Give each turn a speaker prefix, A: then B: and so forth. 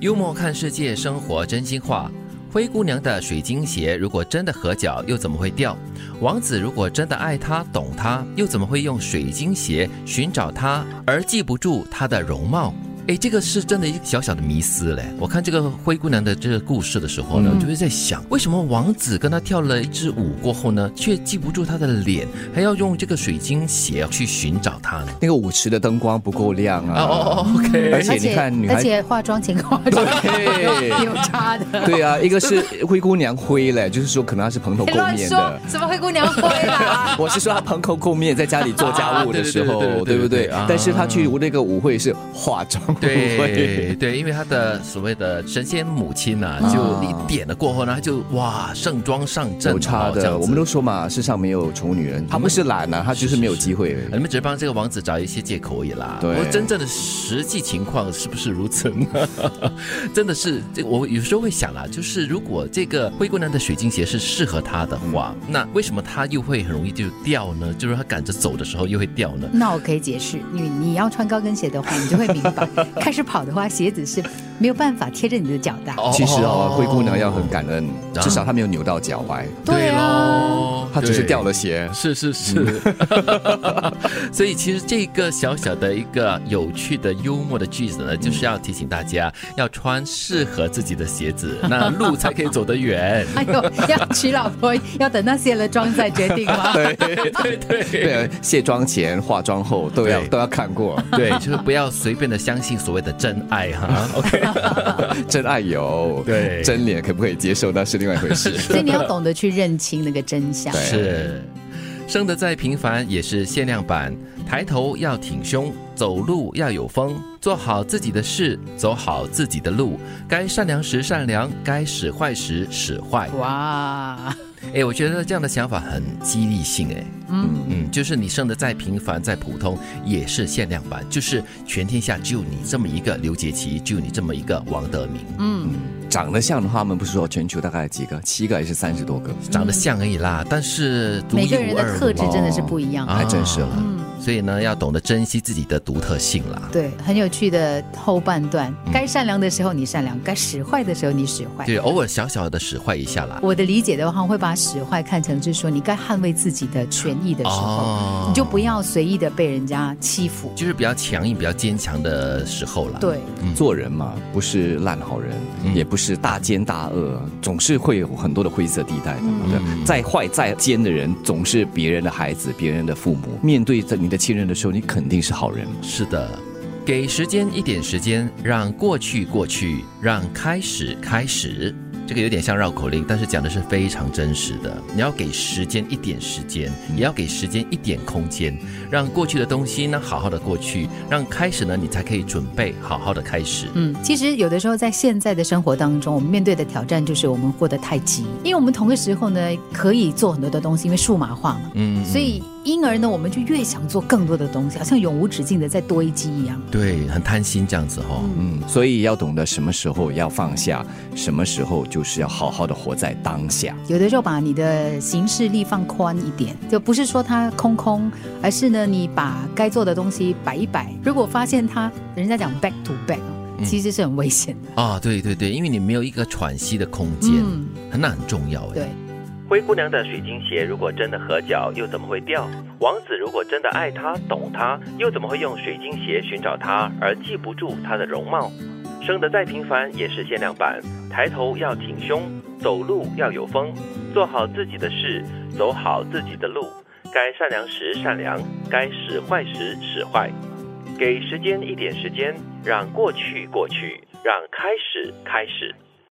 A: 幽默看世界，生活真心话。灰姑娘的水晶鞋如果真的合脚，又怎么会掉？王子如果真的爱她、懂她，又怎么会用水晶鞋寻找她而记不住她的容貌？诶，这个是真的一个小小的迷思嘞。我看这个灰姑娘的这个故事的时候呢，
B: 嗯
A: 我就会在想，为什么王子跟她跳了一支舞过后呢，却记不住她的脸，还要用这个水晶鞋去寻找她呢？
B: 那个舞池的灯光不够亮
A: 哦哦
B: 啊。
A: 哦，OK，
B: 而且你看女孩
C: 嗯而且化妆前跟化妆
B: 对
C: 后 有差的。
B: 对啊，一个是灰姑娘灰嘞，就是说可能她是蓬头
C: 你
B: 垢
C: 哎乱
B: 面
C: 说
B: 的。
C: 什么灰姑娘灰啦？
B: 我是说她蓬头垢面，在家里做家务的时
A: 啊对对对对
B: 候，
A: 对
B: 对不
A: 对
B: 对
A: 对啊？
B: 但是她去那个舞会是化妆 舞会，
A: 对对，因为他的所谓的神仙母亲呐、
B: 啊
A: 就一点了过后呢，他就哇盛装上阵，
B: 有差
A: 哦这样
B: 的。
A: 子
B: 我们都说嘛，世上没有宠女人，她不是懒啊，她就是没有机会。
A: 你们只是帮这个王子找一些借口而已啦。
B: 对
A: 不过真正的实际情况是不是如此呢？ 真的是，这我有时候会想啦，就是如果这个灰姑娘的水晶鞋是适合她的话，
B: 嗯
A: 那为什么她又会很容易就掉呢？就是她赶着走的时候又会掉呢？
C: 那我可以解释，你你要穿高跟鞋的话，你就会明白，开始跑的话，鞋子是没有办法贴着你的脚的。
A: 哦
B: 其实哦，灰姑娘要很感恩，
A: 啊
B: 至少她没有扭到脚踝，
A: 对
C: 啊
A: 喽，
B: 她只是
A: 对
B: 掉了鞋。
A: 是是是，嗯 所以其实这个小小的一个有趣的幽默的句子呢，就是要提醒大家要穿适合自己的鞋子，那路才可以走得远。
C: 哎呦，要娶老婆要等她卸了妆再决定吗？
A: 对对。
B: 对，卸妆前、化妆后都要
A: 对
B: 都要看过，
A: 对，就是不要随便的相信所谓的真爱哈。OK，
B: 真爱有，
A: 对
B: 真脸可不可以接受那是另外一回事。
C: 所以你要懂得去认清那个真相。
B: 对
A: 是生得再平凡也是限量版，抬头要挺胸，走路要有风，做好自己的事，走好自己的路，该善良时善良，该使坏时使坏。
C: 哇，
A: 哎，我觉得这样的想法很激励性哎。嗯嗯，就是你生得再平凡再普通，也是限量版，就是全天下只有你这么一个刘杰奇，只有你这么一个王德明，
C: 嗯
B: 长得像的话，他们不是说全球大概几个，七个还是三十多个？
A: 长得像而已啦，但是独
C: 嗯每
A: 一
C: 个人
A: 无二
C: 的特质
A: 哦
C: 真嗯的是不一样。
B: 还真是了
A: 啊所以呢，要懂得珍惜自己的独特性啦。
C: 对，很有趣的后半段，该善良的时候你善良，该使坏的时候你使坏。
A: 对，偶尔小小的使坏一下啦。
C: 我的理解的话，我会把使坏看成是说你该捍卫自己的权益的时
A: 哦
C: 候，你就不要随意的被人家欺负。
A: 就是比较强硬、比较坚强的时候啦。
C: 对，
B: 做人嘛，不是烂好人，也不是大奸大恶，总是会有很多的灰色地带的。对吧再坏再奸的人，总是别人的孩子、别人的父母。面对着你的亲人的时候，你肯定是好人嘛。
A: 是的，给时间一点时间，让过去过去，让开始开始。这个有点像绕口令，但是讲的是非常真实的。你要给时间一点时间，
C: 嗯
A: 也要给时间一点空间，让过去的东西呢好好的过去，让开始呢你才可以准备好好的开始。
C: 嗯，其实有的时候在现在的生活当中，我们面对的挑战就是我们过得太急，因为我们同个时候呢可以做很多的东西，因为数码化嘛，
A: 嗯，
C: 所以因而呢我们就越想做更多的东西，好像永无止境的在堆积一样。
A: 对，很贪心这样子哦。
B: 嗯，所以要懂得什么时候要放下，什么时候就是要好好的活在当下。
C: 有的时候把你的行事力放宽一点，就不是说它空空，而是呢，你把该做的东西摆一摆。如果发现它，人家讲 back to back，其实是很危险的。
A: 啊，对对对，因为你没有一个喘息的空间，
C: 嗯
A: 那很重要哎。
C: 对。
A: 灰姑娘的水晶鞋如果真的合脚，又怎么会掉？王子如果真的爱她、懂她，又怎么会用水晶鞋寻找她而记不住她的容貌？生得再平凡也是限量版，抬头要挺胸，走路要有风，做好自己的事，走好自己的路。该善良时善良，该使坏时使坏。给时间一点时间，让过去过去，让开始开始。